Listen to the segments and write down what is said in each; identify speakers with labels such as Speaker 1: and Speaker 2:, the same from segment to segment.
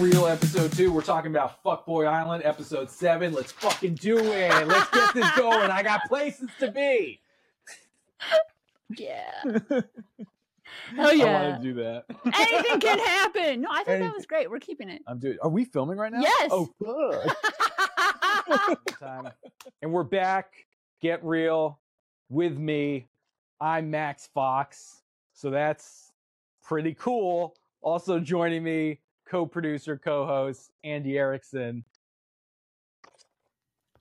Speaker 1: episode two. We're talking about Fuckboy Island, episode seven. Let's fucking do it. Let's get this going. I got places to be.
Speaker 2: Yeah.
Speaker 1: I
Speaker 2: Hell yeah.
Speaker 1: want to do that.
Speaker 2: Anything can happen. No, I think
Speaker 1: Anything.
Speaker 2: that was great. We're keeping it.
Speaker 1: I'm doing. Are we filming right now?
Speaker 2: Yes.
Speaker 1: Oh, fuck. time. And we're back. Get real with me. I'm Max Fox. So that's pretty cool. Also joining me, co-producer, co-host Andy Erickson.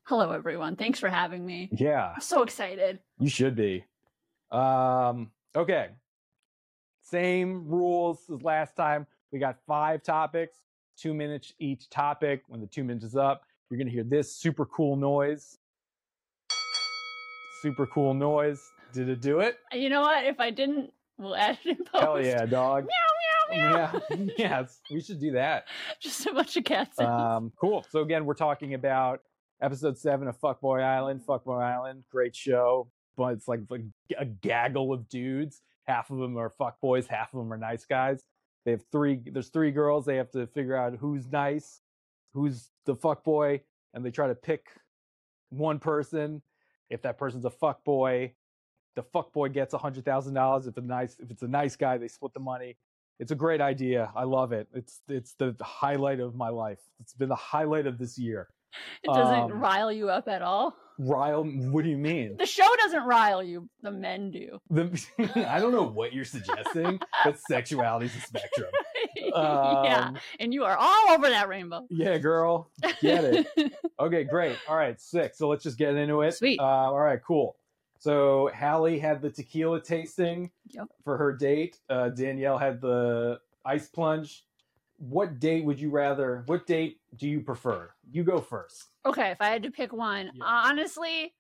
Speaker 2: Hello, everyone. Thanks for having me.
Speaker 1: Yeah,
Speaker 2: I'm so excited.
Speaker 1: you should be. Um, okay. Same rules as last time. We got five topics, two minutes each topic. When the two minutes is up, you're gonna hear this super cool noise. Super cool noise. Did it do it?
Speaker 2: You know what? If I didn't, we'll add it in post.
Speaker 1: Hell yeah, dog.
Speaker 2: Meow, meow,
Speaker 1: yeah.
Speaker 2: meow.
Speaker 1: yes, we should do that.
Speaker 2: Just a bunch of cats.
Speaker 1: Um, cool. So again, we're talking about episode seven of Fuckboy Island. Fuckboy Island, great show, but it's like, like a gaggle of dudes. Half of them are fuckboys, half of them are nice guys. They have three. There's three girls. They have to figure out who's nice, who's the fuckboy, and they try to pick one person. If that person's a fuckboy, the fuckboy gets a hundred thousand dollars. If a nice, if it's a nice guy, they split the money it's a great idea. I love it. It's it's the highlight of my life. It's been the highlight of this year.
Speaker 2: it
Speaker 1: um,
Speaker 2: doesn't rile you up at all.
Speaker 1: Ryle, what do you mean?
Speaker 2: The show doesn't rile you. The men do.
Speaker 1: The, I don't know what you're suggesting, but sexuality's a spectrum.
Speaker 2: yeah.
Speaker 1: Um,
Speaker 2: And you are all over that rainbow.
Speaker 1: yeah, girl, get it. Okay, great. All right, sick. So let's just get into it.
Speaker 2: Sweet.
Speaker 1: Uh, all right, cool. So Hallie had the tequila tasting
Speaker 2: Yep.
Speaker 1: for her date. Uh, Danielle had the ice plunge. What date would you rather? What date do you prefer? You go first.
Speaker 2: Okay, if I had to pick one,
Speaker 1: Yeah.
Speaker 2: honestly,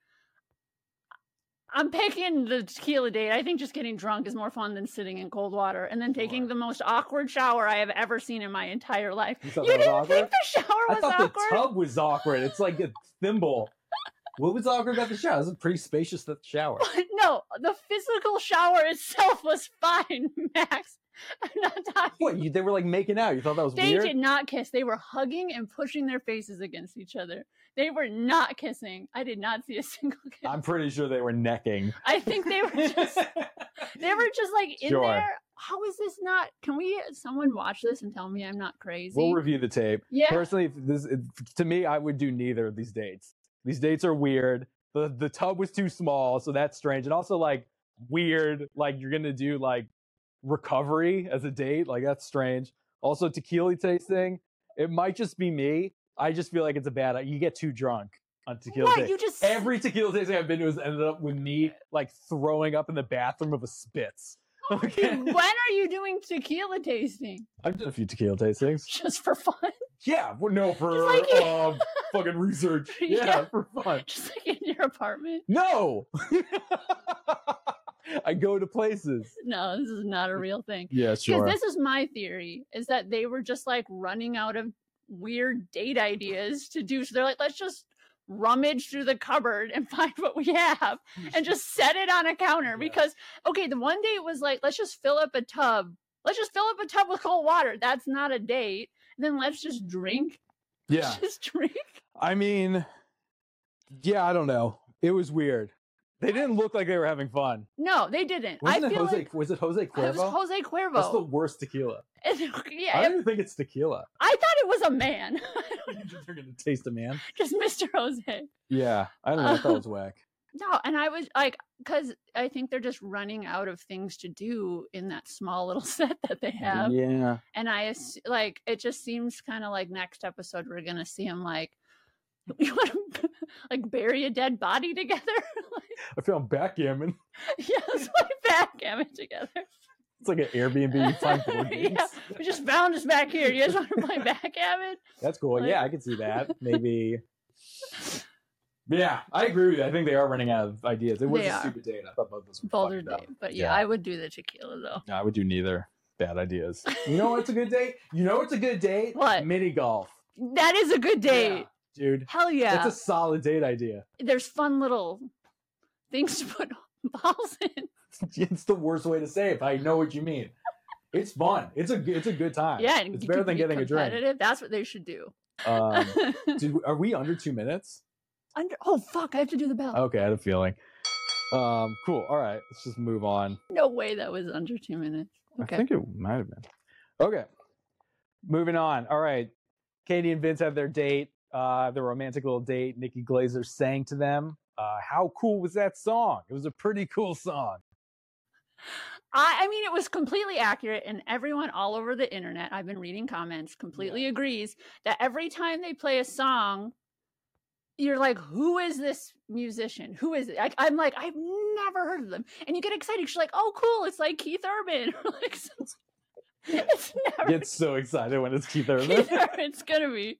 Speaker 2: I'm picking the tequila date. I think just getting drunk is more fun than sitting in cold water and then taking
Speaker 1: Sure.
Speaker 2: the most awkward shower I have ever seen in my entire life.
Speaker 1: You
Speaker 2: You
Speaker 1: thought
Speaker 2: didn't
Speaker 1: that was
Speaker 2: think
Speaker 1: awkward?
Speaker 2: the shower
Speaker 1: I
Speaker 2: was
Speaker 1: thought the
Speaker 2: awkward?
Speaker 1: tub was awkward. It's like a thimble. What was awkward about the shower? It was a pretty spacious th- shower.
Speaker 2: no, the physical shower itself was fine, Max. I'm not talking.
Speaker 1: What? You, they were like making out. You thought that was
Speaker 2: They
Speaker 1: weird?
Speaker 2: did not kiss. They were hugging and pushing their faces against each other. They were not kissing. I did not see a single kiss.
Speaker 1: I'm pretty sure they were necking.
Speaker 2: I think they were just They were just like in
Speaker 1: Sure.
Speaker 2: there. How is this not? Can we? Someone watch this and tell me I'm not crazy.
Speaker 1: we'll review the tape.
Speaker 2: yeah,
Speaker 1: Personally, if this if, to me, I would do neither of these dates. These dates are weird. The the tub was too small, so that's strange. And also like weird, like you're gonna do like recovery as a date, like that's strange. Also, tequila tasting. It might just be me. I just feel like it's a bad. You get too drunk on tequila.
Speaker 2: what
Speaker 1: tasting.
Speaker 2: you just
Speaker 1: Every tequila tasting I've been to has ended up with me like throwing up in the bathroom of a Spitz. Okay.
Speaker 2: When are Oh, you doing tequila tasting?
Speaker 1: I've done a few tequila tastings.
Speaker 2: Just for fun?
Speaker 1: Yeah, well, no, for
Speaker 2: like you-
Speaker 1: um, fucking research. Yeah,
Speaker 2: Yeah.
Speaker 1: for fun.
Speaker 2: Just like in your apartment?
Speaker 1: No, I go to places.
Speaker 2: No, this is not a real thing.
Speaker 1: Yeah,
Speaker 2: Because this is my theory: is that they were just like running out of weird date ideas to do. So they're like, let's just rummage through the cupboard and find what we have. and just set it on a counter
Speaker 1: Yeah.
Speaker 2: because okay, the one date was like, let's just fill up a tub. Let's just fill up a tub with cold water. That's not a date. Then let's just drink.
Speaker 1: yeah,
Speaker 2: Just drink.
Speaker 1: I mean, yeah, I don't know. It was weird. They didn't look like they were having fun.
Speaker 2: No, they didn't.
Speaker 1: Wasn't
Speaker 2: I
Speaker 1: it
Speaker 2: feel
Speaker 1: Jose?
Speaker 2: like
Speaker 1: was it Jose
Speaker 2: it was
Speaker 1: Cuervo?
Speaker 2: Jose
Speaker 1: That's the
Speaker 2: Cuervo.
Speaker 1: worst tequila. I
Speaker 2: yeah,
Speaker 1: don't
Speaker 2: it-
Speaker 1: even think it's tequila.
Speaker 2: I thought it was a man.
Speaker 1: You're just gonna taste a man.
Speaker 2: just Mr. Jose.
Speaker 1: Yeah, I don't know. I thought it was whack.
Speaker 2: No, and I was like, because I think they're just running out of things to do in that small little set that they have.
Speaker 1: Yeah,
Speaker 2: and I ass- like it just seems kind of like next episode we're gonna see him like you want to like bury a dead body together
Speaker 1: I found backgammon.
Speaker 2: like, yeah let's play backgammon together
Speaker 1: It's like an Airbnb you find board
Speaker 2: Yeah.
Speaker 1: games.
Speaker 2: we just found us back here you guys want to play backgammon
Speaker 1: That's cool.
Speaker 2: Like-
Speaker 1: yeah, I can see that. Maybe. yeah, I agree with you. I think they are running out of ideas. It was
Speaker 2: They
Speaker 1: a
Speaker 2: are.
Speaker 1: stupid date. I thought both of us were
Speaker 2: boulder
Speaker 1: fucking dumb.
Speaker 2: date but yeah,
Speaker 1: Yeah.
Speaker 2: I would do the tequila though
Speaker 1: No, I would do neither. Bad ideas. You know what's a good date? You know what's a good date?
Speaker 2: What?
Speaker 1: Mini golf.
Speaker 2: that is a good date
Speaker 1: Yeah, dude.
Speaker 2: hell yeah
Speaker 1: That's a solid date idea.
Speaker 2: there's fun little things to put balls in
Speaker 1: It's the worst way to say it, but I know what you mean. It's fun. It's a g- it's a good time.
Speaker 2: Yeah, and
Speaker 1: it's
Speaker 2: you
Speaker 1: better
Speaker 2: can
Speaker 1: than
Speaker 2: be
Speaker 1: getting a drink.
Speaker 2: competitive. That's what they should do.
Speaker 1: Um, do, are we under two minutes?
Speaker 2: Under, oh fuck! I have to do the bell.
Speaker 1: Okay, I had a feeling. Um, cool. All right, let's just move on.
Speaker 2: No way that was under two minutes.
Speaker 1: I
Speaker 2: Okay.
Speaker 1: think it might have been. Okay. Moving on. All right. Katie and Vince have their date, uh, their romantic little date. Nikki Glazer sang to them. Uh, how cool was that song? It was a pretty cool song.
Speaker 2: I, I mean, it was completely accurate, and everyone all over the internet, I've been reading comments, completely agrees that every time they play a song, you're like, who is this musician? Who is it? Like, I'm like, I've never heard of them. And you get excited. 'cause You're like, oh, cool. It's like Keith Urban. or like some- it's never
Speaker 1: Get so excited when it's Keith Urban.
Speaker 2: Keith Urban's going to be,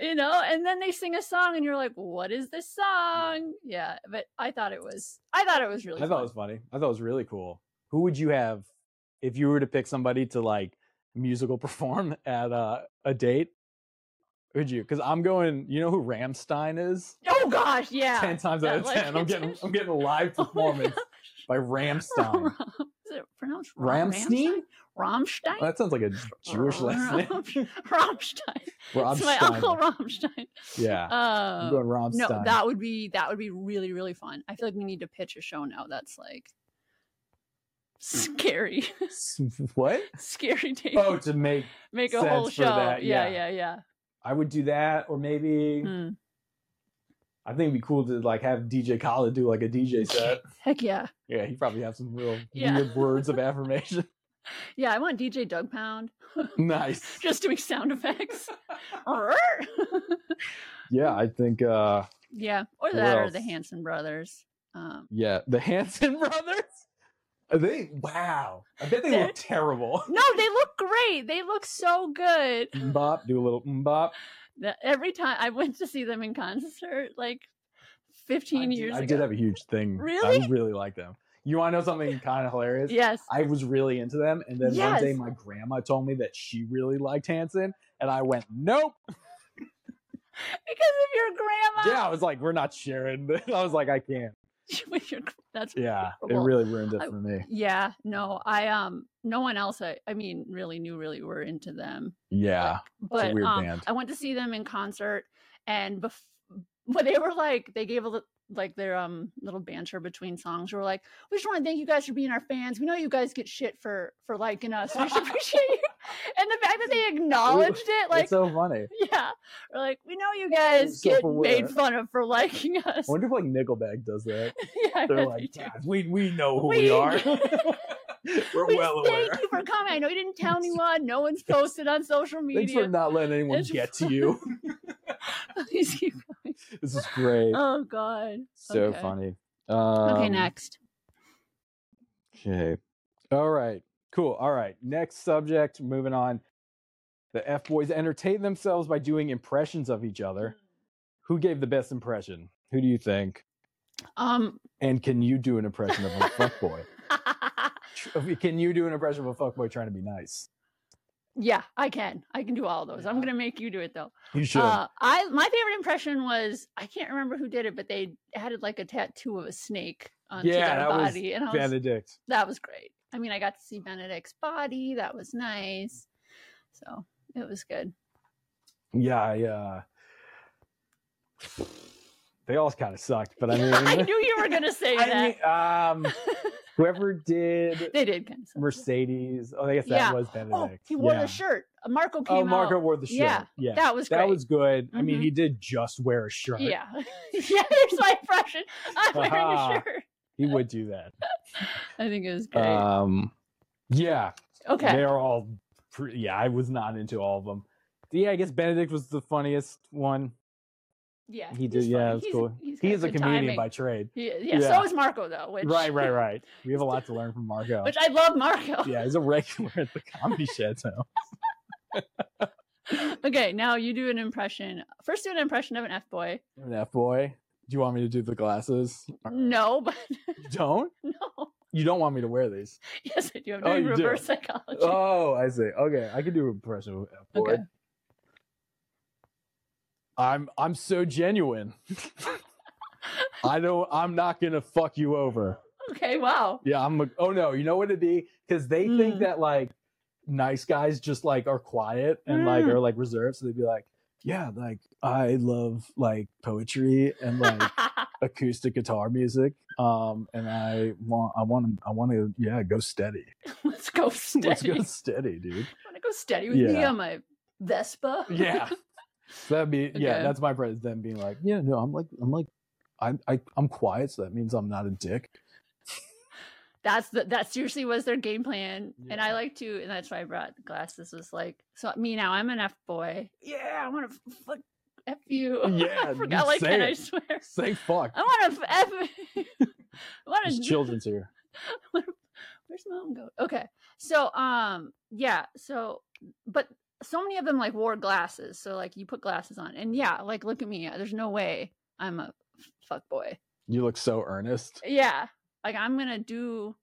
Speaker 2: you know? And then they sing a song, and you're like, what is this song? Yeah. But I thought it was, I thought it was really
Speaker 1: I thought
Speaker 2: fun.
Speaker 1: it was funny. I thought it was really cool. Who would you have if you were to pick somebody to like musical perform at uh, a date? Would you? Because I'm going. You know who Ramstein is?
Speaker 2: Oh, gosh. Yeah.
Speaker 1: Ten times
Speaker 2: that,
Speaker 1: out of
Speaker 2: like,
Speaker 1: ten, I'm getting I'm getting a live
Speaker 2: Oh my
Speaker 1: performance by Ramstein.
Speaker 2: Ram- Is it pronounced Ram-
Speaker 1: Ramstein?
Speaker 2: Rammstein?
Speaker 1: That sounds like a Jewish last name.
Speaker 2: Rammstein. Rammstein. It's my uncle
Speaker 1: Ramstein.
Speaker 2: Rammstein.
Speaker 1: Yeah, I'm
Speaker 2: Uh,
Speaker 1: going Ramstein.
Speaker 2: no, that would be that would be really really fun. I feel like we need to pitch a show now. That's like scary,
Speaker 1: S- what?
Speaker 2: scary date.
Speaker 1: Oh, to make
Speaker 2: Make a whole
Speaker 1: sense for
Speaker 2: show.
Speaker 1: that,
Speaker 2: yeah,
Speaker 1: yeah.
Speaker 2: yeah, yeah.
Speaker 1: I would do that, or maybe
Speaker 2: Hmm.
Speaker 1: I think it'd be cool to like have DJ Khaled do like a DJ set.
Speaker 2: Heck yeah,
Speaker 1: Yeah, he probably have some real
Speaker 2: Yeah.
Speaker 1: weird words of affirmation.
Speaker 2: yeah. I want DJ Doug Pound
Speaker 1: nice.
Speaker 2: just doing sound effects.
Speaker 1: Yeah, I think uh
Speaker 2: yeah, or
Speaker 1: Who
Speaker 2: that, or the
Speaker 1: else?
Speaker 2: Hanson brothers. Um,
Speaker 1: yeah, the Hanson brothers. Are they wow. I bet they
Speaker 2: They're-
Speaker 1: look terrible.
Speaker 2: No, they look great. They look so good.
Speaker 1: Bop, do a little mm, bop.
Speaker 2: The- Every time I went to see them in concert, like 15
Speaker 1: I did-
Speaker 2: years
Speaker 1: I
Speaker 2: ago.
Speaker 1: did have a huge thing. I
Speaker 2: Really?
Speaker 1: really like them. You want to know something kind of hilarious?
Speaker 2: yes.
Speaker 1: I was really into them, and then one day
Speaker 2: Yes.
Speaker 1: my grandma told me that she really liked Hanson, and I went, "Nope."
Speaker 2: Because of your grandma.
Speaker 1: Yeah, I was like, "We're not sharing." this." I was like, "I can't."
Speaker 2: With your gr- that's
Speaker 1: Yeah, it
Speaker 2: Well,
Speaker 1: really ruined it
Speaker 2: I-
Speaker 1: for me.
Speaker 2: Yeah, no. I um no one else I, I mean really knew really were into them.
Speaker 1: Yeah,
Speaker 2: But
Speaker 1: weird
Speaker 2: um
Speaker 1: band.
Speaker 2: I went to see them in concert and bef- but they were like they gave a lit- like their um little banter between songs were like we just want to thank you guys for being our fans we know you guys get shit for for liking us we just appreciate you and the fact that they acknowledged it like
Speaker 1: it's so funny.
Speaker 2: yeah we're like we know you guys get
Speaker 1: self-aware.
Speaker 2: made fun of for liking us
Speaker 1: I wonder if like Nickelback does that.
Speaker 2: yeah I
Speaker 1: They're
Speaker 2: bet
Speaker 1: like,
Speaker 2: they do.
Speaker 1: "God, we we know who we,
Speaker 2: We-
Speaker 1: are. We're
Speaker 2: We
Speaker 1: well
Speaker 2: just
Speaker 1: aware.
Speaker 2: thank you for coming i know you didn't tell anyone no one's posted on social
Speaker 1: Thanks for
Speaker 2: media
Speaker 1: not letting anyone
Speaker 2: It's
Speaker 1: get to you.
Speaker 2: Please keep-
Speaker 1: this is great.
Speaker 2: oh god
Speaker 1: so
Speaker 2: okay.
Speaker 1: funny.
Speaker 2: okay
Speaker 1: Um,
Speaker 2: next
Speaker 1: Okay. All right. Cool. All right. Next subject. Moving on. The F boys entertain themselves by doing impressions of each
Speaker 2: Mm.
Speaker 1: other. Who gave the best impression? Who do you think?
Speaker 2: um
Speaker 1: And can you do an impression of a fuckboy? Tr- of- Can you do an impression of a fuckboy trying to be nice?
Speaker 2: yeah i can i can do all those i'm
Speaker 1: Yeah.
Speaker 2: gonna make you do it though
Speaker 1: You should.
Speaker 2: Uh, I my favorite impression was I can't remember who did it, but they added like a tattoo of a snake onto
Speaker 1: Yeah,
Speaker 2: their
Speaker 1: that was
Speaker 2: body, and I was
Speaker 1: Benedict.
Speaker 2: that was great. I mean, I got to see Benedict's body; that was nice. So it was good.
Speaker 1: Yeah. Yeah. They all kind of sucked, but I mean,
Speaker 2: I knew you were gonna say
Speaker 1: I
Speaker 2: that.
Speaker 1: mean, um, whoever did
Speaker 2: they did kind of.
Speaker 1: Mercedes. Oh, I guess
Speaker 2: Yeah.
Speaker 1: that was
Speaker 2: Oh,
Speaker 1: Benedict.
Speaker 2: he wore
Speaker 1: Yeah.
Speaker 2: the shirt. Uh, Marco came
Speaker 1: Oh, Marco
Speaker 2: out.
Speaker 1: wore the shirt. Yeah,
Speaker 2: Yeah, That was great.
Speaker 1: that was good. I mean,
Speaker 2: Mhm.
Speaker 1: he did just wear a shirt.
Speaker 2: yeah, yeah. There's my impression. I'm wearing
Speaker 1: Aha.
Speaker 2: a shirt.
Speaker 1: he would do that.
Speaker 2: I think it was great.
Speaker 1: Um, yeah,
Speaker 2: okay.
Speaker 1: they're all. Pre- yeah, I was not into all of them. Yeah, I guess Benedict was the funniest one.
Speaker 2: Yeah,
Speaker 1: He
Speaker 2: he's
Speaker 1: did. Yeah,
Speaker 2: funny.
Speaker 1: that's
Speaker 2: He's-
Speaker 1: cool.
Speaker 2: he's
Speaker 1: He
Speaker 2: got
Speaker 1: is a
Speaker 2: good
Speaker 1: comedian
Speaker 2: timing.
Speaker 1: by trade.
Speaker 2: He- yeah,
Speaker 1: Yeah.
Speaker 2: so is Marco though. Which,
Speaker 1: right, right, right. We have a lot to learn from Marco.
Speaker 2: Which I love Marco.
Speaker 1: yeah, he's a regular at the comedy shed now.
Speaker 2: Okay, now you do an impression. First, do an impression of an F boy.
Speaker 1: An F boy. Do you want me to do the glasses? All right.
Speaker 2: No, but
Speaker 1: You don't?
Speaker 2: no.
Speaker 1: You don't want me to wear these?
Speaker 2: Yes, I do. I'm
Speaker 1: Oh,
Speaker 2: doing
Speaker 1: you do.
Speaker 2: reverse psychology.
Speaker 1: Oh, I see. Okay, I can do an impression of F boy.
Speaker 2: Okay.
Speaker 1: I'm I'm so genuine. I don't. I'm not gonna fuck you over.
Speaker 2: okay, wow.
Speaker 1: Yeah, I'm. A, oh no, you know what it'd be because they think
Speaker 2: Mm.
Speaker 1: that like nice guys just like are quiet and like
Speaker 2: Mm.
Speaker 1: are like reserved. So they'd be like, yeah, like I love like poetry and like acoustic guitar music. Um, and I want, I want to, I want to, yeah, go steady.
Speaker 2: Let's go steady.
Speaker 1: Let's go steady, dude.
Speaker 2: I want to go steady with me
Speaker 1: Yeah.
Speaker 2: on my Vespa.
Speaker 1: Yeah. So that'd be, yeah,
Speaker 2: Okay.
Speaker 1: that's my friends. Them being like, yeah, no, I'm like, I'm like, I'm, I, I'm quiet. So that means I'm not a dick.
Speaker 2: that's the that seriously was their game plan and i
Speaker 1: Yeah.
Speaker 2: like to and that's why i brought the glasses was like so me now i'm an f boy yeah i want to fuck f you
Speaker 1: Yeah,
Speaker 2: i
Speaker 1: you
Speaker 2: forgot like
Speaker 1: say
Speaker 2: that i
Speaker 1: it.
Speaker 2: swear
Speaker 1: Say fuck.
Speaker 2: i want to f i want
Speaker 1: There's
Speaker 2: to
Speaker 1: children's here.
Speaker 2: where's my own goat okay so um yeah so but so many of them like wore glasses so like you put glasses on and yeah like look at me there's no way i'm a fuck boy
Speaker 1: You look so earnest.
Speaker 2: yeah like i'm gonna do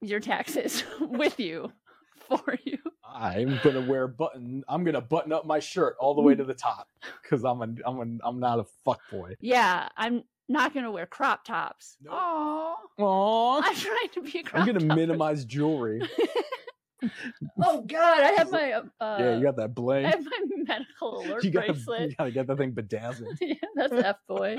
Speaker 2: your taxes with you for you
Speaker 1: I'm gonna wear button. I'm gonna button up my shirt all the way to the top because I'm a, I'm a, I'm not a fuck boy.
Speaker 2: yeah i'm not gonna wear crop tops
Speaker 1: Nope.
Speaker 2: oh
Speaker 1: Aww.
Speaker 2: i'm trying to be a crop
Speaker 1: I'm gonna
Speaker 2: top
Speaker 1: minimize jewelry.
Speaker 2: person. oh god i have my uh
Speaker 1: yeah, you got that bling.
Speaker 2: i have my medical alert
Speaker 1: You gotta,
Speaker 2: bracelet
Speaker 1: you gotta get that thing bedazzled.
Speaker 2: yeah, that's f boy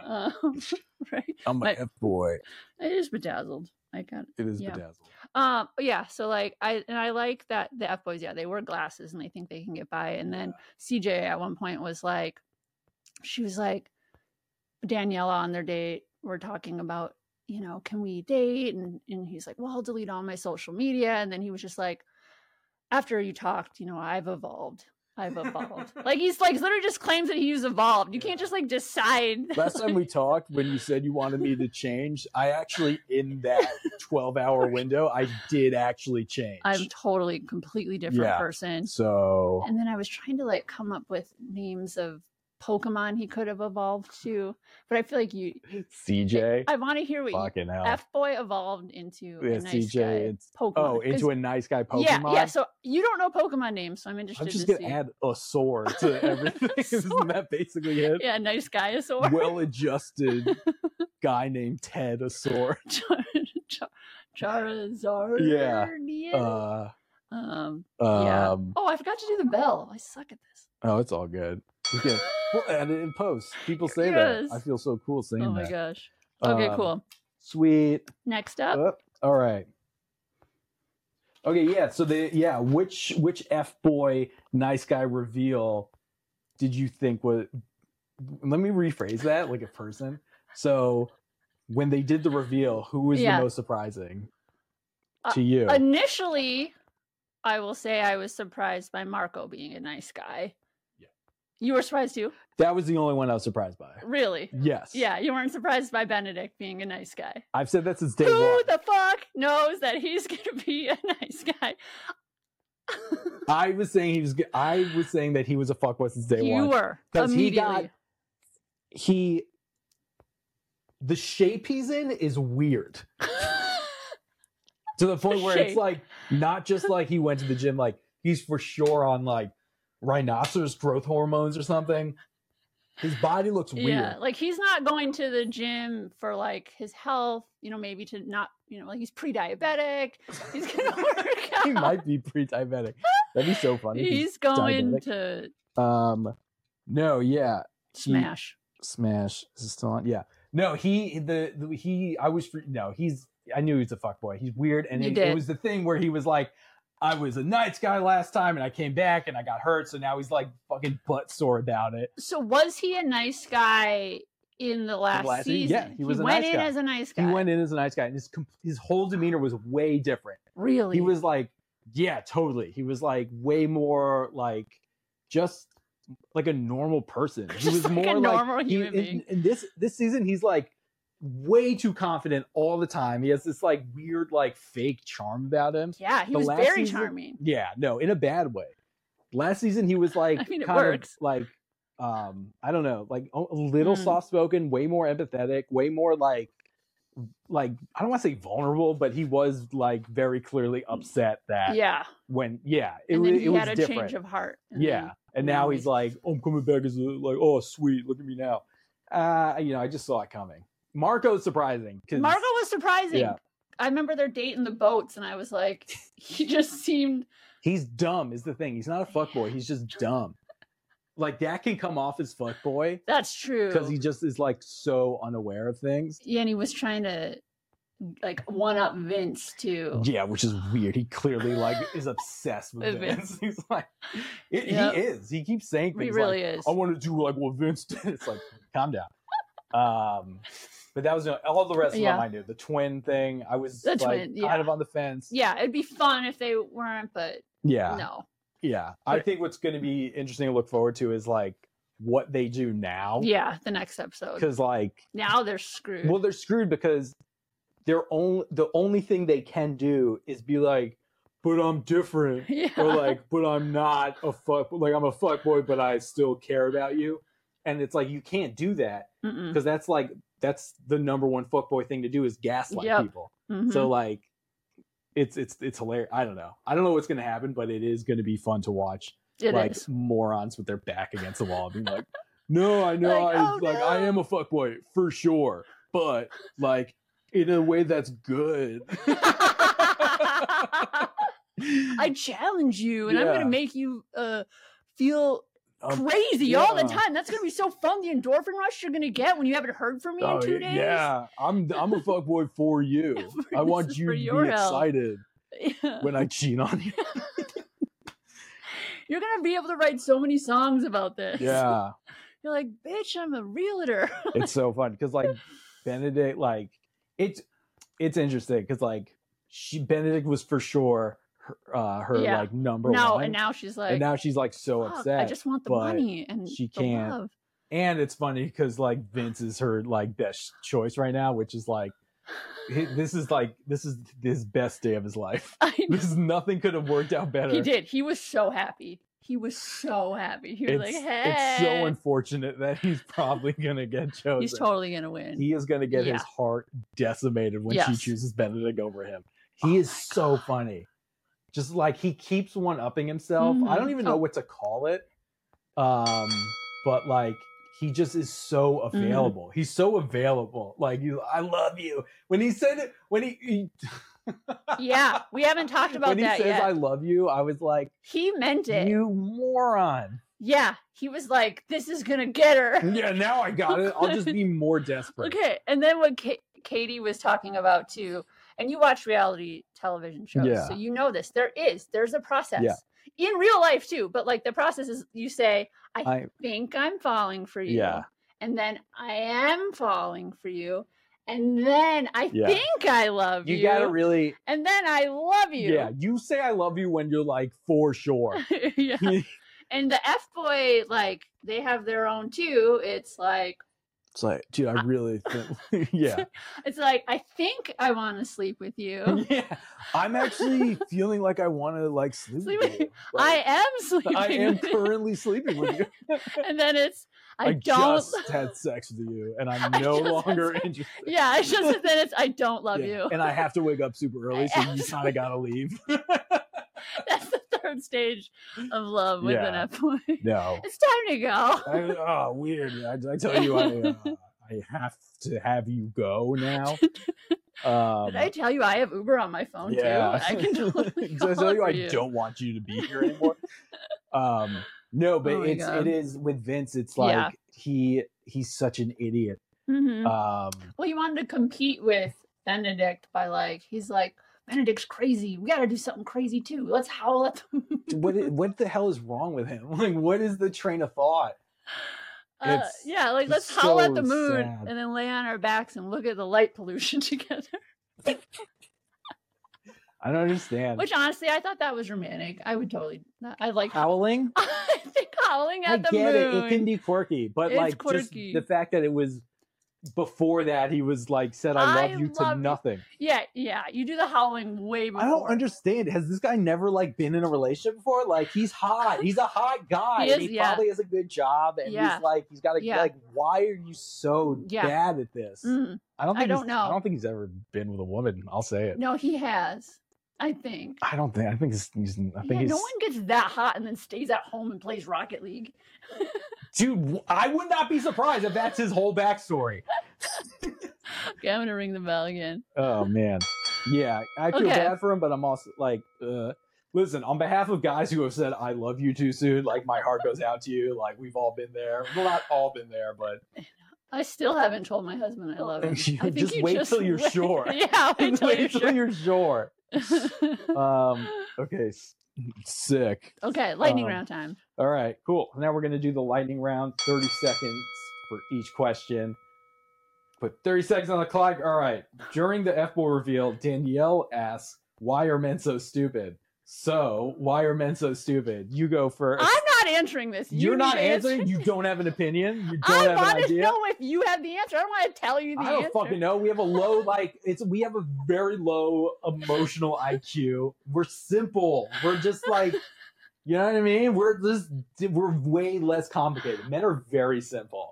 Speaker 2: um, right
Speaker 1: I'm
Speaker 2: My-
Speaker 1: an F boy.
Speaker 2: it is bedazzled i got
Speaker 1: It is
Speaker 2: Yeah.
Speaker 1: bedazzled.
Speaker 2: Um, yeah, so like I and I like that the F boys, yeah, they wear glasses and they think they can get by. And then CJ at one point was like, she was like, Daniela on their date, we're talking about, you know, can we date? And and he's like, Well, I'll delete all my social media. And then he was just like, after you talked, you know, I've evolved. I've evolved. like he's like literally just claims that he's evolved. You
Speaker 1: Yeah.
Speaker 2: can't just like decide. that,
Speaker 1: Last time
Speaker 2: like-
Speaker 1: we talked, when you said you wanted me to change, I actually in that 12 hour window, I did actually change.
Speaker 2: I'm totally completely different
Speaker 1: Yeah.
Speaker 2: person.
Speaker 1: so
Speaker 2: And then I was trying to like come up with names of Pokemon he could have evolved to, but I feel like you.
Speaker 1: CJ,
Speaker 2: I want to hear what
Speaker 1: fucking hell.
Speaker 2: you, F boy evolved into.
Speaker 1: Yeah,
Speaker 2: a nice
Speaker 1: CJ,
Speaker 2: guy
Speaker 1: it's-
Speaker 2: Pokemon.
Speaker 1: oh,
Speaker 2: 'Cause-
Speaker 1: into a nice guy Pokemon.
Speaker 2: Yeah, yeah. So you don't know Pokemon names, so I'm interested
Speaker 1: I'm just
Speaker 2: to
Speaker 1: gonna
Speaker 2: see.
Speaker 1: add a sore to everything.
Speaker 2: Sore.
Speaker 1: Isn't that basically it?
Speaker 2: yeah, nice guy is or
Speaker 1: Well-adjusted guy named Ted Asor.
Speaker 2: Char- Char- Charizard.
Speaker 1: Uh,
Speaker 2: um. Yeah.
Speaker 1: um,
Speaker 2: Oh, I forgot to do the bell. I suck at this.
Speaker 1: Oh, it's all good. We can, we'll add it in post. People say
Speaker 2: Yes.
Speaker 1: that. I feel so cool saying
Speaker 2: oh my
Speaker 1: that.
Speaker 2: gosh. Okay,
Speaker 1: Um,
Speaker 2: cool.
Speaker 1: Sweet.
Speaker 2: Next up.
Speaker 1: Oh, all right. Okay, yeah. So the yeah, which which f boy nice guy reveal did you think was? Let me rephrase that like a person. So when they did the reveal, who was
Speaker 2: Yeah. Uh,
Speaker 1: the most surprising to you?
Speaker 2: initially i will say i was surprised by marco being a nice guy
Speaker 1: Yeah.
Speaker 2: you were surprised too
Speaker 1: that was the only one I was surprised by.
Speaker 2: really
Speaker 1: Yes.
Speaker 2: yeah you weren't surprised by benedict being a nice guy
Speaker 1: I've said that since day
Speaker 2: who
Speaker 1: one.
Speaker 2: the fuck knows that he's gonna be a nice guy
Speaker 1: I was saying he was. g- I was saying that he was a fuckboy since day
Speaker 2: you
Speaker 1: one.
Speaker 2: were
Speaker 1: 'Cause
Speaker 2: immediately
Speaker 1: he got- he the shape he's in is weird to the point where
Speaker 2: shape.
Speaker 1: it's like not just like he went to the gym like he's for sure on like rhinoceros growth hormones or something his body looks weird
Speaker 2: yeah like he's not going to the gym for like his health you know maybe to not you know like he's pre-diabetic he's gonna work out
Speaker 1: he might be pre-diabetic that'd be so funny if he's-
Speaker 2: he's going
Speaker 1: diabetic.
Speaker 2: to
Speaker 1: um no yeah He-
Speaker 2: smash
Speaker 1: Smash is it still on. Yeah. No, he the, the he I was fre- no he's I knew he's a fuckboy. He's weird, and
Speaker 2: You
Speaker 1: it,
Speaker 2: did.
Speaker 1: it was the thing where he was like, I was a nice guy last time, and I came back, and I got hurt, so now he's like fucking butt sore about it.
Speaker 2: so was he a nice guy in the last,
Speaker 1: last se-
Speaker 2: season?
Speaker 1: yeah, he was a
Speaker 2: went
Speaker 1: nice
Speaker 2: in
Speaker 1: guy.
Speaker 2: as a nice guy.
Speaker 1: He went in as a nice guy, and his com- his whole demeanor was way different.
Speaker 2: really.
Speaker 1: He was like, yeah, totally. He was like way more like just like a normal person. He
Speaker 2: Just
Speaker 1: was
Speaker 2: like a
Speaker 1: more
Speaker 2: normal
Speaker 1: he-
Speaker 2: human
Speaker 1: in-
Speaker 2: being.
Speaker 1: In, this this season, he's like way too confident all the time. He has this like weird like fake charm about him.
Speaker 2: yeah, he
Speaker 1: the
Speaker 2: was
Speaker 1: last
Speaker 2: very
Speaker 1: season-
Speaker 2: charming.
Speaker 1: Yeah, no, in a bad way. Last season, he was like
Speaker 2: I mean, it
Speaker 1: kind
Speaker 2: works.
Speaker 1: of like um I don't know, like a a little
Speaker 2: Mm.
Speaker 1: soft spoken, way more empathetic, way more like like I don't want to say vulnerable, but he was like very clearly upset that
Speaker 2: Mm. Yeah,
Speaker 1: when yeah, it,
Speaker 2: and
Speaker 1: was
Speaker 2: then
Speaker 1: it
Speaker 2: he
Speaker 1: was
Speaker 2: had a
Speaker 1: different.
Speaker 2: change of heart. and
Speaker 1: Yeah.
Speaker 2: then-
Speaker 1: And
Speaker 2: now
Speaker 1: now he's
Speaker 2: he's-
Speaker 1: like, I'm coming back as a, like, oh, sweet. Look at me now. Uh, you know, I just saw it coming. Marco's surprising. 'cause-
Speaker 2: Marco was surprising.
Speaker 1: Yeah.
Speaker 2: I remember their date in the boats, and I was like, he just seemed
Speaker 1: He's dumb is the thing. He's not a fuckboy. He's just dumb. Like that can come off as fuckboy
Speaker 2: that's true.
Speaker 1: because he just is like so unaware of things.
Speaker 2: yeah, and he was trying to like one up Vince too.
Speaker 1: Yeah, which is weird. He clearly like is obsessed with
Speaker 2: With
Speaker 1: Vince. He's like, it,
Speaker 2: Yep.
Speaker 1: he is. He keeps saying things
Speaker 2: he
Speaker 1: like,
Speaker 2: really is.
Speaker 1: I want to do like what Vince did. It's like, calm down. Um, but that was all the rest of
Speaker 2: Yeah.
Speaker 1: them I knew. The twin thing, I was
Speaker 2: The
Speaker 1: like
Speaker 2: twin, yeah.
Speaker 1: kind of on the fence.
Speaker 2: yeah, it'd be fun if they weren't, but
Speaker 1: yeah,
Speaker 2: no.
Speaker 1: yeah. I
Speaker 2: But-
Speaker 1: think what's going to be interesting to look forward to is like what they do now.
Speaker 2: Yeah, the next episode.
Speaker 1: because like,
Speaker 2: Now they're screwed.
Speaker 1: well, they're screwed because they're only the only thing they can do is be like, but I'm different.
Speaker 2: yeah.
Speaker 1: or like, but I'm not a fuck. Like I'm a fuck boy, but I still care about you. And it's like you can't do that
Speaker 2: Mm-mm.
Speaker 1: because that's like that's the number one fuckboy thing to do is gaslight
Speaker 2: Yep.
Speaker 1: people.
Speaker 2: Mhm.
Speaker 1: So like, it's it's it's hilarious. I don't know. I don't know what's gonna happen, but it is gonna be fun to watch.
Speaker 2: It is.
Speaker 1: like morons with their back against the wall, being like, "No, I know,
Speaker 2: Like,
Speaker 1: I
Speaker 2: oh,
Speaker 1: like I
Speaker 2: no."
Speaker 1: am a fuckboy for sure, but like in a way that's good."
Speaker 2: I challenge you, and I'm going
Speaker 1: Yeah.
Speaker 2: to make you uh, feel
Speaker 1: Um,
Speaker 2: crazy all the
Speaker 1: yeah.
Speaker 2: time. That's going to be so fun. The endorphin rush you're going to get when you haven't heard from me in two days.
Speaker 1: Oh, Yeah, I'm I'm a fuckboy for you. I
Speaker 2: This
Speaker 1: want
Speaker 2: is
Speaker 1: you
Speaker 2: for
Speaker 1: to be
Speaker 2: your health.
Speaker 1: excited
Speaker 2: Yeah.
Speaker 1: when I cheat on you.
Speaker 2: You're going to be able to write so many songs about this.
Speaker 1: Yeah,
Speaker 2: You're like, bitch, I'm a realtor.
Speaker 1: it's so fun because like Benedict, like it's it's interesting because like she Benedict was for sure her, uh, her
Speaker 2: Yeah.
Speaker 1: like number
Speaker 2: no,
Speaker 1: one,
Speaker 2: and now she's like,
Speaker 1: and now she's like so
Speaker 2: "Fuck,
Speaker 1: upset.
Speaker 2: I just want the
Speaker 1: but
Speaker 2: money and
Speaker 1: she
Speaker 2: the
Speaker 1: can't.
Speaker 2: love.
Speaker 1: and it's funny because like Vince is her like best choice right now, which is like hi- this is like this is his best day of his life.
Speaker 2: I know.
Speaker 1: This is nothing could have worked out better.
Speaker 2: He did. He was so happy. He was so happy. He was
Speaker 1: it's,
Speaker 2: like, hey.
Speaker 1: it's so unfortunate that he's probably gonna get chosen.
Speaker 2: He's totally gonna win.
Speaker 1: he is gonna get
Speaker 2: Yeah.
Speaker 1: his heart decimated when she
Speaker 2: Yes.
Speaker 1: chooses Benedict over him. He
Speaker 2: Oh
Speaker 1: is
Speaker 2: my
Speaker 1: so
Speaker 2: God.
Speaker 1: funny. Just like he keeps one upping himself. I don't
Speaker 2: Mhm.
Speaker 1: even know
Speaker 2: Oh.
Speaker 1: what to call it. Um, but like he just is so
Speaker 2: Mm-hmm.
Speaker 1: available. He's so available. Like you, I love you. When he said it, when he, he
Speaker 2: yeah, we haven't talked about
Speaker 1: when he
Speaker 2: that
Speaker 1: says
Speaker 2: yet.
Speaker 1: I love you, I was like,
Speaker 2: He meant it.
Speaker 1: you moron.
Speaker 2: Yeah, he was like, "This is gonna get her."
Speaker 1: Yeah, now I got it. I'll just be more desperate.
Speaker 2: Okay, and then what Ka- Katie was talking about too, and you watch reality television shows,
Speaker 1: Yeah.
Speaker 2: so you know this. There is, there's a process in real life too, but like the process is, you say, "I,
Speaker 1: I-
Speaker 2: think I'm falling for you,"
Speaker 1: Yeah.
Speaker 2: and then I am falling for you, and then I
Speaker 1: Yeah.
Speaker 2: think I love you,
Speaker 1: You gotta really
Speaker 2: and then I love you.
Speaker 1: Yeah, you say I love you when you're like for sure.
Speaker 2: yeah. And the F boy, like they have their own too. It's like
Speaker 1: It's like, dude, I really think yeah.
Speaker 2: it's like I think I want to sleep with you.
Speaker 1: yeah. I'm actually feeling like I want to like sleep
Speaker 2: Sleep
Speaker 1: with
Speaker 2: with
Speaker 1: you.
Speaker 2: I
Speaker 1: Like,
Speaker 2: am sleeping.
Speaker 1: I am
Speaker 2: with you.
Speaker 1: currently sleeping with you.
Speaker 2: And then it's I, don't.
Speaker 1: just had sex with you and I'm
Speaker 2: I
Speaker 1: no
Speaker 2: just had
Speaker 1: longer
Speaker 2: sex-
Speaker 1: interested.
Speaker 2: yeah, it's just and then it's I don't love
Speaker 1: Yeah,
Speaker 2: you.
Speaker 1: And I have to wake up super early, so you kind of gotta leave.
Speaker 2: That's the third stage of love with an
Speaker 1: Yeah.
Speaker 2: F boy.
Speaker 1: No.
Speaker 2: It's time to go.
Speaker 1: I, oh, weird. I, I tell you, I, uh, I have to have you go now. Um,
Speaker 2: Did I tell you I have Uber on my phone too? I can totally
Speaker 1: Did I
Speaker 2: call
Speaker 1: tell
Speaker 2: it
Speaker 1: you
Speaker 2: for
Speaker 1: I
Speaker 2: you.
Speaker 1: don't want you to be here anymore. um, no, but
Speaker 2: Oh my
Speaker 1: it's
Speaker 2: God.
Speaker 1: it is with Vince. It's like
Speaker 2: Yeah.
Speaker 1: he he's such an idiot.
Speaker 2: Mhm.
Speaker 1: Um,
Speaker 2: Well, he wanted to compete with Benedict by like he's like Benedict's crazy. We got to do something crazy too. Let's howl at the
Speaker 1: what i- what the hell is wrong with him? Like, what is the train of thought?
Speaker 2: uh,
Speaker 1: It's
Speaker 2: yeah, like let's
Speaker 1: so
Speaker 2: howl at the moon
Speaker 1: sad.
Speaker 2: and then lay on our backs and look at the light pollution together.
Speaker 1: I don't understand.
Speaker 2: Which honestly, I thought that was romantic. I would totally. I like.
Speaker 1: Howling.
Speaker 2: I think howling
Speaker 1: I
Speaker 2: at the
Speaker 1: get it.
Speaker 2: moon.
Speaker 1: It can be quirky, but
Speaker 2: It's
Speaker 1: like just
Speaker 2: quirky.
Speaker 1: the fact that it was before that he was like said I love
Speaker 2: I
Speaker 1: you to
Speaker 2: love you.
Speaker 1: nothing.
Speaker 2: Yeah, yeah. You do the howling way before.
Speaker 1: I don't understand. Has this guy never like been in a relationship before? Like he's hot. He's a hot guy.
Speaker 2: He
Speaker 1: and
Speaker 2: is,
Speaker 1: he
Speaker 2: yeah.
Speaker 1: probably has a good job. And
Speaker 2: Yeah.
Speaker 1: he's like, he's got to
Speaker 2: Yeah.
Speaker 1: like, why are you so
Speaker 2: Yeah.
Speaker 1: bad at this?
Speaker 2: Mm.
Speaker 1: I don't.
Speaker 2: I
Speaker 1: Think he's-
Speaker 2: don't know.
Speaker 1: I don't think he's ever been with a woman. I'll say it.
Speaker 2: No, he has. I think.
Speaker 1: I don't think. I think he's. he's I think
Speaker 2: Yeah,
Speaker 1: he's.
Speaker 2: no one gets that hot and then stays at home and plays Rocket League.
Speaker 1: Dude, w- I would not be surprised if that's his whole backstory.
Speaker 2: Okay, I'm gonna ring the bell again.
Speaker 1: Oh man. Yeah, I feel
Speaker 2: Okay.
Speaker 1: bad for him, but I'm also like, uh, listen, on behalf of guys who have said "I love you" too soon, like my heart goes out to you. Like we've all been there. Well, not all been there, but
Speaker 2: I still haven't told my husband I love him. I think
Speaker 1: just
Speaker 2: you
Speaker 1: wait till you're
Speaker 2: wait-
Speaker 1: sure.
Speaker 2: Yeah, wait till you're
Speaker 1: Wait till
Speaker 2: sure.
Speaker 1: you're sure. Um, okay, s- sick.
Speaker 2: okay, lightning
Speaker 1: um,
Speaker 2: round time.
Speaker 1: All right, cool. Now we're going to do the lightning round 30 seconds for each question. Put 30 seconds on the clock. All right. During the F ball reveal, Danielle asks, Why are men so stupid? So, why are men so stupid? You go first.
Speaker 2: I'm not answering this. You
Speaker 1: You're not
Speaker 2: need to answer-
Speaker 1: answering. You don't have an opinion. You don't
Speaker 2: I
Speaker 1: have an
Speaker 2: want to
Speaker 1: idea.
Speaker 2: know if you have the answer. I don't want to tell you the
Speaker 1: I don't
Speaker 2: answer.
Speaker 1: fucking know. We have a low, like, it's, we have a very low emotional IQ. We're simple. We're just like, you know what I mean? We're just, we're way less complicated. Men are very simple.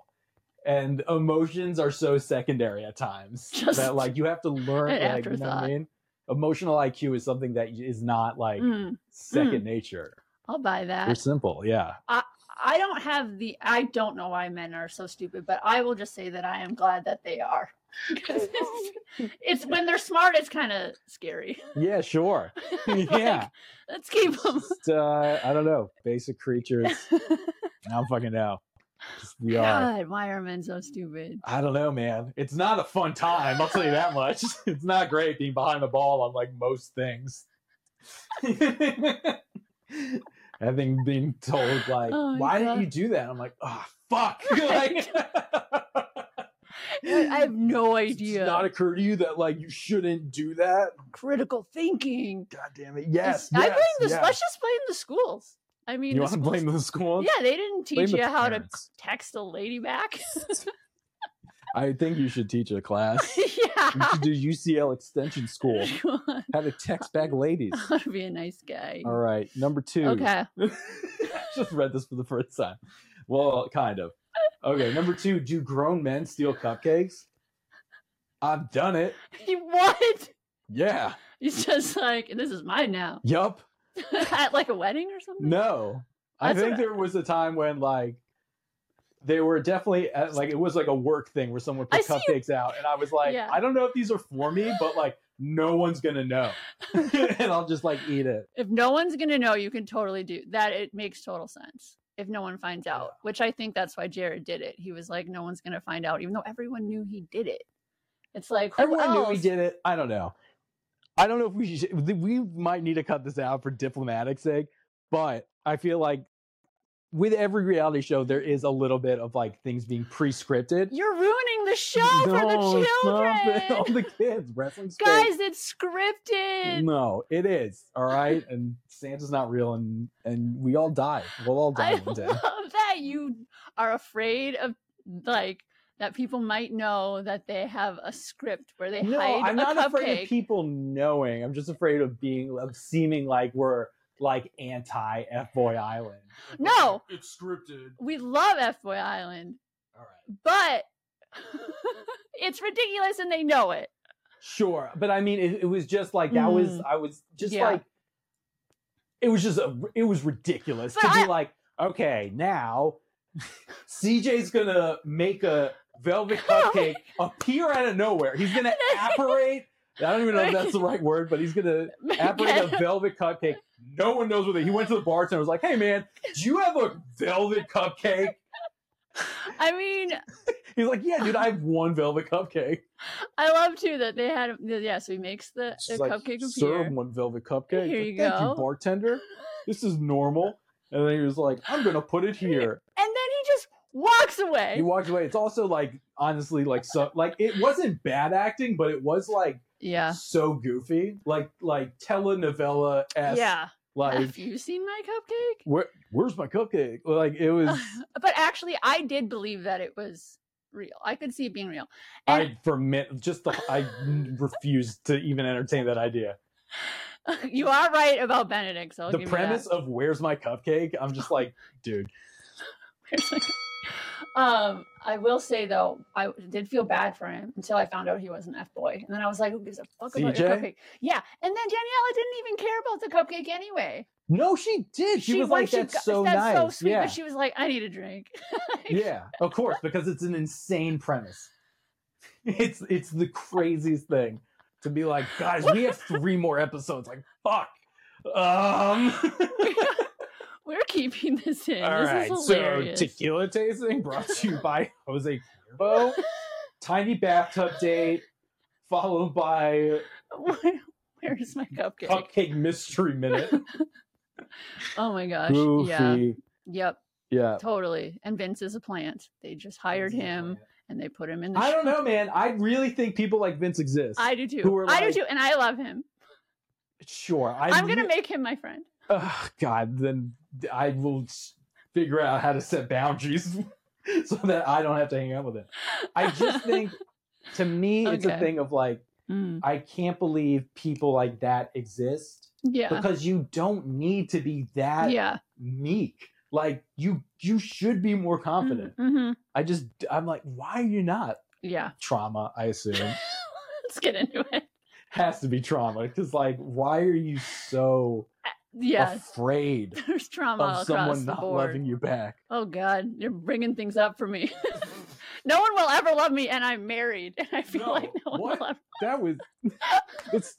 Speaker 1: And emotions are so secondary at times
Speaker 2: Just
Speaker 1: that, like, you have to learn,
Speaker 2: an
Speaker 1: like, you know what I
Speaker 2: afterthought.
Speaker 1: mean? Emotional IQ is something that is not, like,
Speaker 2: Mm,
Speaker 1: second nature.
Speaker 2: I'll buy
Speaker 1: We're
Speaker 2: that.
Speaker 1: simple. Yeah.
Speaker 2: I don't have the. I don't know why men are so stupid, but I will just say that I am glad that they are. 'Cause it's, it's when they're smart, it's kind of scary.
Speaker 1: Yeah, sure. yeah.
Speaker 2: Let's keep them.
Speaker 1: Just, uh, I don't know. Basic creatures. I don't fucking know. Just we are.
Speaker 2: God, why are men so stupid?
Speaker 1: I don't know, man. It's not a fun time. I'll tell you that much. It's not great being behind the ball on like most things. I think being told like,
Speaker 2: Oh my
Speaker 1: "Why
Speaker 2: God.
Speaker 1: didn't you do that?" I'm like, "Oh fuck!"
Speaker 2: Right.
Speaker 1: Like,
Speaker 2: I have no
Speaker 1: does it
Speaker 2: idea.
Speaker 1: Not occur to you that like you shouldn't do that.
Speaker 2: critical thinking.
Speaker 1: God damn it! Yes,
Speaker 2: It's- I blame
Speaker 1: yes,
Speaker 2: the.
Speaker 1: yes.
Speaker 2: Let's just blame the schools. I mean,
Speaker 1: You
Speaker 2: the
Speaker 1: want to
Speaker 2: schools-
Speaker 1: blame the school?
Speaker 2: Yeah, they didn't
Speaker 1: Blame
Speaker 2: teach
Speaker 1: the
Speaker 2: you how to
Speaker 1: parents.
Speaker 2: text a lady back.
Speaker 1: I think you should teach a class. you
Speaker 2: yeah.
Speaker 1: should do UCL Extension School.
Speaker 2: I
Speaker 1: How to text back ladies.
Speaker 2: want to be a nice guy.
Speaker 1: All right, number two.
Speaker 2: Okay.
Speaker 1: I just read this for the first time. Well, kind of. Okay, number two. Do grown men steal cupcakes? I've done it.
Speaker 2: You what?
Speaker 1: Yeah.
Speaker 2: He's just like, this is mine now.
Speaker 1: Yup.
Speaker 2: At like a wedding or something?
Speaker 1: No. I
Speaker 2: That's what
Speaker 1: think
Speaker 2: I-
Speaker 1: there was a time when like they were definitely at, like it was like a work thing where someone
Speaker 2: I
Speaker 1: put
Speaker 2: see
Speaker 1: cupcakes out, and I was like,
Speaker 2: Yeah.
Speaker 1: I don't know if these are for me, but like no one's gonna know, and I'll just like eat it.
Speaker 2: If no one's going to know, you can totally do that. It makes total sense if no one finds
Speaker 1: Yeah.
Speaker 2: out, which I think that's why Jared did it. He was like, no one's going to find out, even though everyone knew he did it. It's like, who
Speaker 1: Everyone
Speaker 2: else?
Speaker 1: knew we did it. I don't know. I don't know if we should, we might need to cut this out for diplomatic sake, but I feel like with every reality show there is a little bit of like things being pre-scripted.
Speaker 2: You're ruining the show for
Speaker 1: No, Oh
Speaker 2: the
Speaker 1: stop it.
Speaker 2: children.
Speaker 1: All the kids wrestling space.
Speaker 2: Guys, it's scripted.
Speaker 1: No, it is. All right, and Santa's not real, and and we all die. We'll all die
Speaker 2: I
Speaker 1: one
Speaker 2: love
Speaker 1: day.
Speaker 2: that you are afraid of like that people might know that they have a script where they
Speaker 1: No,
Speaker 2: hide
Speaker 1: I'm
Speaker 2: a
Speaker 1: not
Speaker 2: cupcake.
Speaker 1: afraid of people knowing. I'm just afraid of being of seeming like we're like anti F Boy Island.
Speaker 2: No.
Speaker 1: it's scripted.
Speaker 2: we love F Boy Island,
Speaker 1: All right.
Speaker 2: but it's ridiculous and they know it.
Speaker 1: Sure, but I mean, it, it was just like that was
Speaker 2: Mm.
Speaker 1: I was just
Speaker 2: Yeah.
Speaker 1: like it was just a, it was ridiculous
Speaker 2: But
Speaker 1: to
Speaker 2: I-
Speaker 1: be like, okay, now CJ's gonna make a velvet
Speaker 2: Oh
Speaker 1: cupcake appear out of nowhere. He's gonna apparate. I don't even know if that's the right word, but he's gonna apparate a velvet cupcake. No one knows what it. He went to the bartender, was like, "Hey man, do you have a velvet cupcake?"
Speaker 2: I mean,
Speaker 1: He's like, "Yeah, dude, I have one velvet cupcake."
Speaker 2: I love too that they had yeah, so he makes the, the
Speaker 1: She's like,
Speaker 2: cupcake
Speaker 1: serve
Speaker 2: appear.
Speaker 1: one velvet cupcake.
Speaker 2: Here
Speaker 1: It's
Speaker 2: you
Speaker 1: like, Thank
Speaker 2: go."
Speaker 1: you, bartender. This is normal. And then he was like, I'm gonna put it here.
Speaker 2: And then he just walks away.
Speaker 1: He walked away. It's also like honestly, like so like it wasn't bad acting, but it was like
Speaker 2: yeah.
Speaker 1: so goofy. Like like telenovela esque
Speaker 2: Yeah.
Speaker 1: like
Speaker 2: Have you seen my cupcake?
Speaker 1: where where's my cupcake? Like it was
Speaker 2: but actually i did believe that it was real i could see it being real and
Speaker 1: I for min- just the I refused to even entertain that idea.
Speaker 2: you are right about benedict so I'll
Speaker 1: the
Speaker 2: give
Speaker 1: premise of where's my cupcake, I'm just like, dude,
Speaker 2: you that. um i will say though i did feel bad for him until i found out he was an f-boy and then i was like who gives a fuck about your
Speaker 1: CJ?
Speaker 2: cupcake yeah and then daniela didn't even care about the cupcake anyway
Speaker 1: no, she did. She, was
Speaker 2: when
Speaker 1: like, that's
Speaker 2: got-
Speaker 1: so
Speaker 2: that's
Speaker 1: nice.
Speaker 2: so sweet
Speaker 1: yeah.
Speaker 2: but she was like i need a drink
Speaker 1: yeah, of course, because it's an insane premise. It's it's the craziest thing. to be like, guys, we have three more episodes. Like, fuck. Um,
Speaker 2: We're keeping this in.
Speaker 1: all
Speaker 2: this
Speaker 1: right.
Speaker 2: is
Speaker 1: So,
Speaker 2: hilarious.
Speaker 1: tequila tasting brought to you by Jose Cuervo. Tiny bathtub date, followed by
Speaker 2: Where- Where's my cupcake?
Speaker 1: cupcake mystery minute.
Speaker 2: Oh my gosh. Yeah.
Speaker 1: Goofy.
Speaker 2: Yep.
Speaker 1: Yeah.
Speaker 2: Totally. And Vince is a plant. They just hired him and they put him in the
Speaker 1: I
Speaker 2: sh-
Speaker 1: don't know, man. I really think people like Vince exist.
Speaker 2: I do too.
Speaker 1: who are
Speaker 2: I
Speaker 1: like-
Speaker 2: do too. And I love him.
Speaker 1: sure. I
Speaker 2: I'm, going
Speaker 1: re-
Speaker 2: to make him my friend.
Speaker 1: Ugh, God, then I will s- figure out how to set boundaries so that I don't have to hang out with it. I just think, to me, it's a
Speaker 2: Okay.
Speaker 1: thing of like,
Speaker 2: Mm.
Speaker 1: I can't believe people like that exist
Speaker 2: Yeah.
Speaker 1: because you don't need to be that
Speaker 2: yeah.
Speaker 1: meek. Like you, you should be more confident.
Speaker 2: Mm-hmm.
Speaker 1: I just, I'm like, why are you not?
Speaker 2: Yeah.
Speaker 1: Trauma, I assume,
Speaker 2: Let's get into it.
Speaker 1: has to be trauma because, like, why are you so
Speaker 2: Yeah.
Speaker 1: afraid
Speaker 2: There's trauma
Speaker 1: of
Speaker 2: across
Speaker 1: someone
Speaker 2: the
Speaker 1: not
Speaker 2: board.
Speaker 1: loving you back?
Speaker 2: Oh God, you're bringing things up for me. no one will ever love me, and I'm married, and I feel like
Speaker 1: No,
Speaker 2: no one
Speaker 1: what?
Speaker 2: will ever.
Speaker 1: That was it's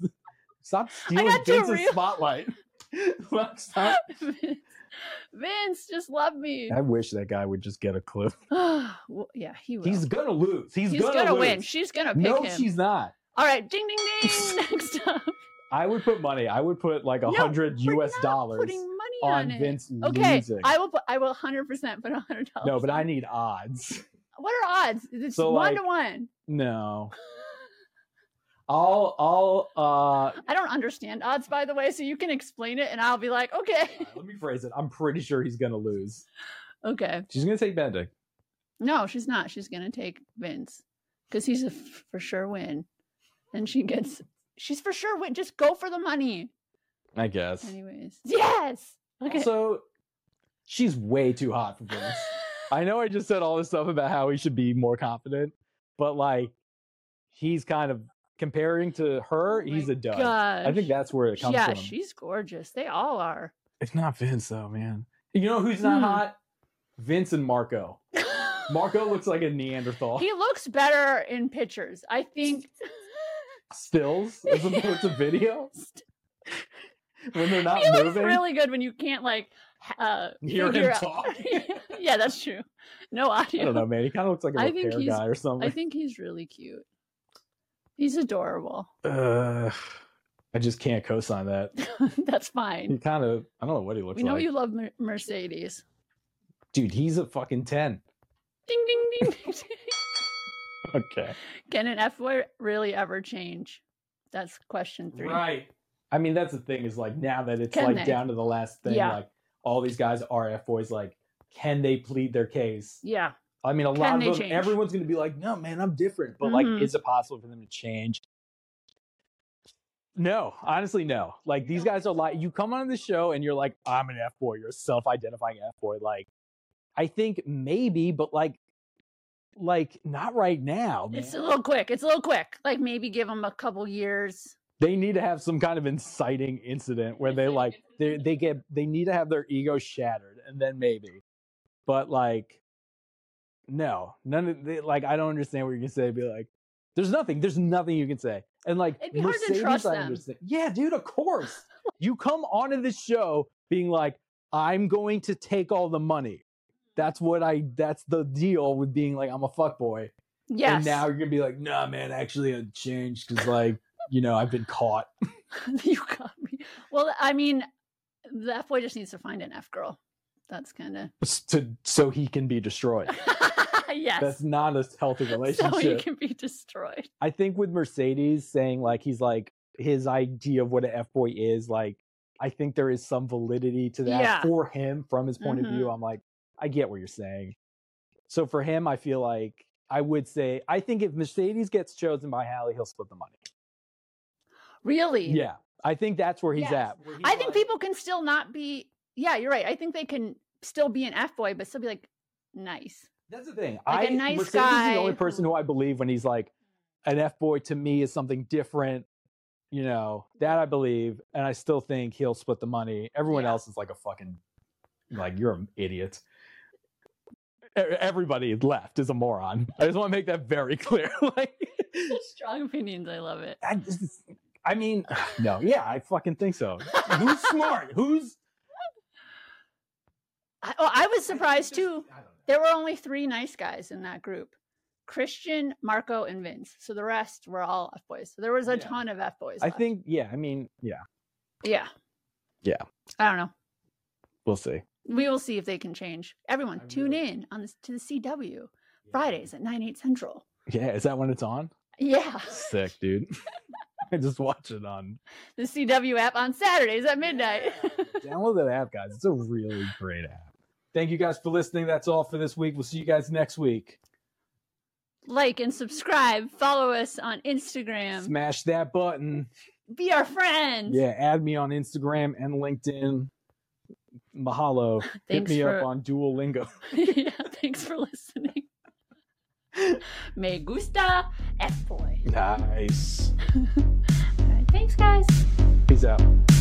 Speaker 1: stop stealing
Speaker 2: got too
Speaker 1: Vince's
Speaker 2: real.
Speaker 1: spotlight. Stop- stop.
Speaker 2: Vince, Vince, just love me.
Speaker 1: I wish that guy would just get a clue.
Speaker 2: well, yeah, he will.
Speaker 1: He's gonna lose. He's,
Speaker 2: He's
Speaker 1: gonna,
Speaker 2: gonna
Speaker 1: lose.
Speaker 2: win. She's gonna pick
Speaker 1: No,
Speaker 2: him.
Speaker 1: she's not.
Speaker 2: All right, ding ding ding. Next up,
Speaker 1: I would put money. I would put like a
Speaker 2: No,
Speaker 1: hundred
Speaker 2: we're
Speaker 1: U.S.
Speaker 2: not
Speaker 1: dollars
Speaker 2: putting
Speaker 1: on,
Speaker 2: money on, it.
Speaker 1: Vince
Speaker 2: okay,
Speaker 1: losing.
Speaker 2: I will. Put, I will hundred percent put hundred dollars.
Speaker 1: no, but I need odds.
Speaker 2: What are odds? It's
Speaker 1: So,
Speaker 2: one
Speaker 1: like-
Speaker 2: to one.
Speaker 1: No. I'll I'll uh
Speaker 2: I don't understand odds, by the way. So you can explain it, and I'll be like, okay,
Speaker 1: let me phrase it. I'm pretty sure he's gonna lose.
Speaker 2: okay.
Speaker 1: She's gonna take Benedict.
Speaker 2: No, she's not. She's gonna take Vince because he's a f- for sure win, and she gets. She's for sure win. Just go for the money,
Speaker 1: I guess.
Speaker 2: anyways. Yes. Okay.
Speaker 1: Also, she's way too hot for Vince. I know I just said all this stuff about how he should be more confident, but like he's kind of comparing to her,
Speaker 2: Oh
Speaker 1: he's
Speaker 2: my
Speaker 1: a dud.
Speaker 2: Gosh.
Speaker 1: I think that's where it comes
Speaker 2: yeah,
Speaker 1: from.
Speaker 2: she's gorgeous. They all are.
Speaker 1: it's not Vince though, man. You know who's not
Speaker 2: Hmm.
Speaker 1: hot? Vince and Marco. Marco looks like a Neanderthal.
Speaker 2: he looks better in pictures. I think.
Speaker 1: Stills as opposed to video when they're not
Speaker 2: he looks
Speaker 1: moving.
Speaker 2: really good when you can't like h- uh,
Speaker 1: Hear him
Speaker 2: figure out-
Speaker 1: talk.
Speaker 2: yeah, that's true. No audio.
Speaker 1: I don't know, man. He kind of looks like a
Speaker 2: I
Speaker 1: repair
Speaker 2: think he's-
Speaker 1: guy or something.
Speaker 2: I think he's really cute. He's adorable.
Speaker 1: uh, I just can't co-sign that.
Speaker 2: That's
Speaker 1: He
Speaker 2: fine.
Speaker 1: kind of, I don't know what he looks
Speaker 2: We know
Speaker 1: like.
Speaker 2: you love Mer- Mercedes.
Speaker 1: Dude, he's a fucking 10.
Speaker 2: Ding ding ding ding. ding.
Speaker 1: Okay.
Speaker 2: Can an F word really ever change? That's question three.
Speaker 1: Right. I mean, that's the thing is like now that it's
Speaker 2: Can
Speaker 1: like
Speaker 2: they?
Speaker 1: down to the last thing,
Speaker 2: Yeah.
Speaker 1: like all these guys are F boys, like, can they plead their case?
Speaker 2: Yeah.
Speaker 1: I mean, a
Speaker 2: Can
Speaker 1: lot of
Speaker 2: they
Speaker 1: them,
Speaker 2: change?
Speaker 1: everyone's going to be like, no, man, I'm different. But
Speaker 2: Mhm.
Speaker 1: like, is it possible for them to change? No, honestly, no. Like, these guys are like, you come on the show and you're like, I'm an F boy. You're a self identifying F boy. Like, I think maybe, but like, like not right now. Oh, Man.
Speaker 2: It's a little quick. It's a little quick. Like maybe give him a couple years.
Speaker 1: they need to have some kind of inciting incident where they like they they get they need to have their ego shattered and then maybe but like no none of they, like i don't understand what you can say be like there's nothing there's nothing you can say and like
Speaker 2: It'd be hard to trust them.
Speaker 1: understand yeah dude of course you come onto the show being like i'm going to take all the money that's what i that's the deal with being like i'm a fuck boy
Speaker 2: Yes.
Speaker 1: and now you're gonna be like, nah, man, actually I changed because like, you know, I've been caught.
Speaker 2: you got me. Well, I mean, the F boy just needs to find an F girl. That's kind of
Speaker 1: s- To, so he can be destroyed.
Speaker 2: yes.
Speaker 1: That's not a healthy
Speaker 2: so
Speaker 1: relationship.
Speaker 2: he can be destroyed.
Speaker 1: I think with Mercedes saying like he's like his idea of what an F boy is, like I think there is some validity to that
Speaker 2: Yeah.
Speaker 1: for him from his point of
Speaker 2: Mhm.
Speaker 1: view. I'm like, I get what you're saying. So for him, I feel like I would say I think if Mercedes gets chosen by Hallie, he'll split the money.
Speaker 2: Really?
Speaker 1: Yeah. I think that's where he's
Speaker 2: Yes.
Speaker 1: at. where he's
Speaker 2: I think
Speaker 1: like-
Speaker 2: people can still not be. Yeah, you're right. I think they can still be an F boy, but still be like nice.
Speaker 1: That's the thing.
Speaker 2: Like
Speaker 1: I
Speaker 2: a nice
Speaker 1: Mercedes is the only
Speaker 2: guy
Speaker 1: person who I believe when he's like, an F boy to me is something different. You know that I believe, and I still think he'll split the money. Everyone
Speaker 2: Mm-hmm. Yeah.
Speaker 1: else is like a fucking, like you're an idiot. E- Everybody left is a moron. I just want to make that very clear. like
Speaker 2: Strong opinions. I love it.
Speaker 1: I, just- I mean, no, yeah, I fucking think so. Who's smart? Who's
Speaker 2: I, oh, I was surprised too.
Speaker 1: I don't know.
Speaker 2: There were only three nice guys in that group Christian, Marco, and Vince. So the rest were all F boys. So there was a
Speaker 1: Yeah.
Speaker 2: ton of F boys.
Speaker 1: I think, yeah, I mean, yeah,
Speaker 2: Yeah.
Speaker 1: Yeah.
Speaker 2: I don't know.
Speaker 1: we'll see.
Speaker 2: We will see if they can change. Everyone,
Speaker 1: I
Speaker 2: tune
Speaker 1: really-
Speaker 2: in on this to the CW Fridays at 9, 8 central.
Speaker 1: Yeah, is that when it's on?
Speaker 2: Yeah.
Speaker 1: Sick, dude. I just watch it on.
Speaker 2: The CW app on Saturdays at midnight.
Speaker 1: Download that app, guys. It's a really great app. Thank you guys for listening. That's all for this week. We'll see you guys next week.
Speaker 2: like and subscribe. Follow us on Instagram.
Speaker 1: Smash that button.
Speaker 2: Be our friends.
Speaker 1: Yeah, add me on Instagram and LinkedIn. Mahalo. Hit
Speaker 2: Thanks
Speaker 1: me
Speaker 2: for
Speaker 1: up on Duolingo.
Speaker 2: yeah, thanks for listening. Me gusta F boy.
Speaker 1: Nice.
Speaker 2: All right, thanks guys.
Speaker 1: Peace out.